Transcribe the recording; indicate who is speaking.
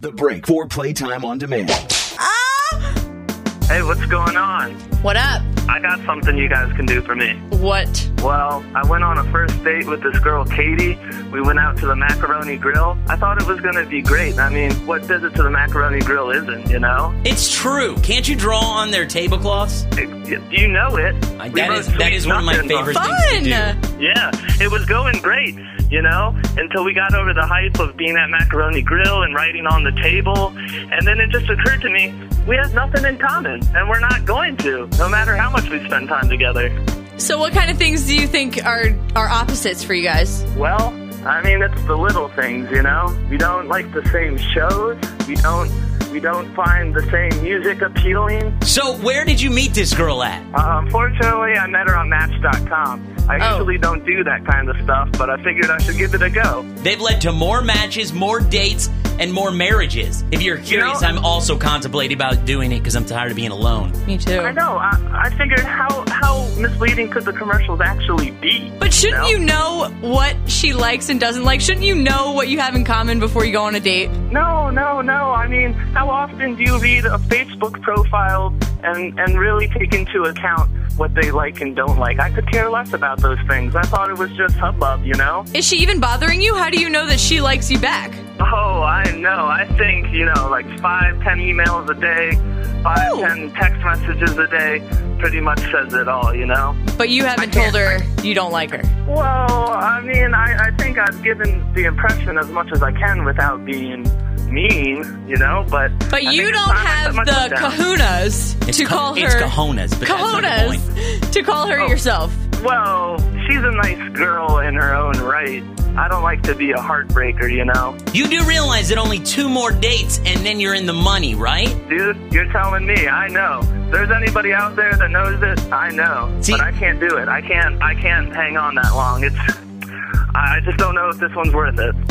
Speaker 1: The break for playtime on demand.
Speaker 2: Hey, what's going on?
Speaker 3: What up?
Speaker 2: I got something you guys can do for me.
Speaker 3: What?
Speaker 2: Well, I went on a first date with this girl, Katie. We went out to the Macaroni Grill. I thought it was going to be great. I mean, what visit to the Macaroni Grill isn't, you know?
Speaker 4: It's true. Can't you draw on their tablecloths?
Speaker 2: It, y- you know it.
Speaker 4: I-
Speaker 2: We
Speaker 4: that
Speaker 2: wrote
Speaker 4: is- that
Speaker 2: sweet
Speaker 4: is one of my
Speaker 2: nothings on-
Speaker 4: favorite-
Speaker 3: Fun!
Speaker 4: Things to
Speaker 2: Yeah, it was going great, you know, until we got over the hype of being at Macaroni Grill and writing on the table. And then it just occurred to me, we have nothing in common, and we're not going to, no matter how much we spend time together.
Speaker 3: So, what kind of things do you think are are opposites for you guys?
Speaker 2: Well, I mean, it's the little things, you know. We don't like the same shows. We don't. We don't find the same music appealing.
Speaker 4: So, where did you meet this girl at?
Speaker 2: Uh, unfortunately, I met her on Match.com. I
Speaker 3: Oh.
Speaker 2: usually don't do that kind of stuff, but I figured I should give it a go.
Speaker 4: They've led to more matches, more dates, and more marriages. If you're curious,
Speaker 2: know-
Speaker 4: I'm also contemplating about doing it because I'm tired of being alone.
Speaker 3: Me too.
Speaker 2: I know. I, I figured how how misleading could the commercials actually be?
Speaker 3: But shouldn't
Speaker 2: No.
Speaker 3: you know what she likes and doesn't like? Shouldn't you know what you have in common before you go on a date?
Speaker 2: No, no, no. I mean, how often do you read a Facebook profile and, and really take into account what they like and don't like? I could care less about those things. I thought it was just hubbub, you know?
Speaker 3: Is she even bothering you? How do you know that she likes you back?
Speaker 2: Oh, I know. I think, you know, like five, ten emails a day, five,
Speaker 3: Ooh.
Speaker 2: ten text messages a day pretty much says it all, you know?
Speaker 3: But you haven't told her you don't like her.
Speaker 2: Well, I mean, I, I think I've given the impression as much as I can without being mean, you know, but.
Speaker 3: But
Speaker 2: I
Speaker 3: you
Speaker 2: think it's
Speaker 3: don't
Speaker 2: time I
Speaker 3: have
Speaker 2: put my
Speaker 3: the
Speaker 2: foot down.
Speaker 3: kahunas
Speaker 4: It's
Speaker 3: to
Speaker 4: ca-
Speaker 3: call her
Speaker 4: it's cojones, but that's not the
Speaker 3: Cojones to call
Speaker 2: Oh.
Speaker 3: her yourself.
Speaker 2: Well, she's a nice girl in her own right. I don't like to be a heartbreaker, you know?
Speaker 4: You do realize that only two more dates and then you're in the money, right?
Speaker 2: Dude, you're telling me, I know. If there's anybody out there that knows it, I know.
Speaker 4: See-
Speaker 2: but I can't do it. I can't I can't hang on that long. It's I I just don't know if this one's worth it.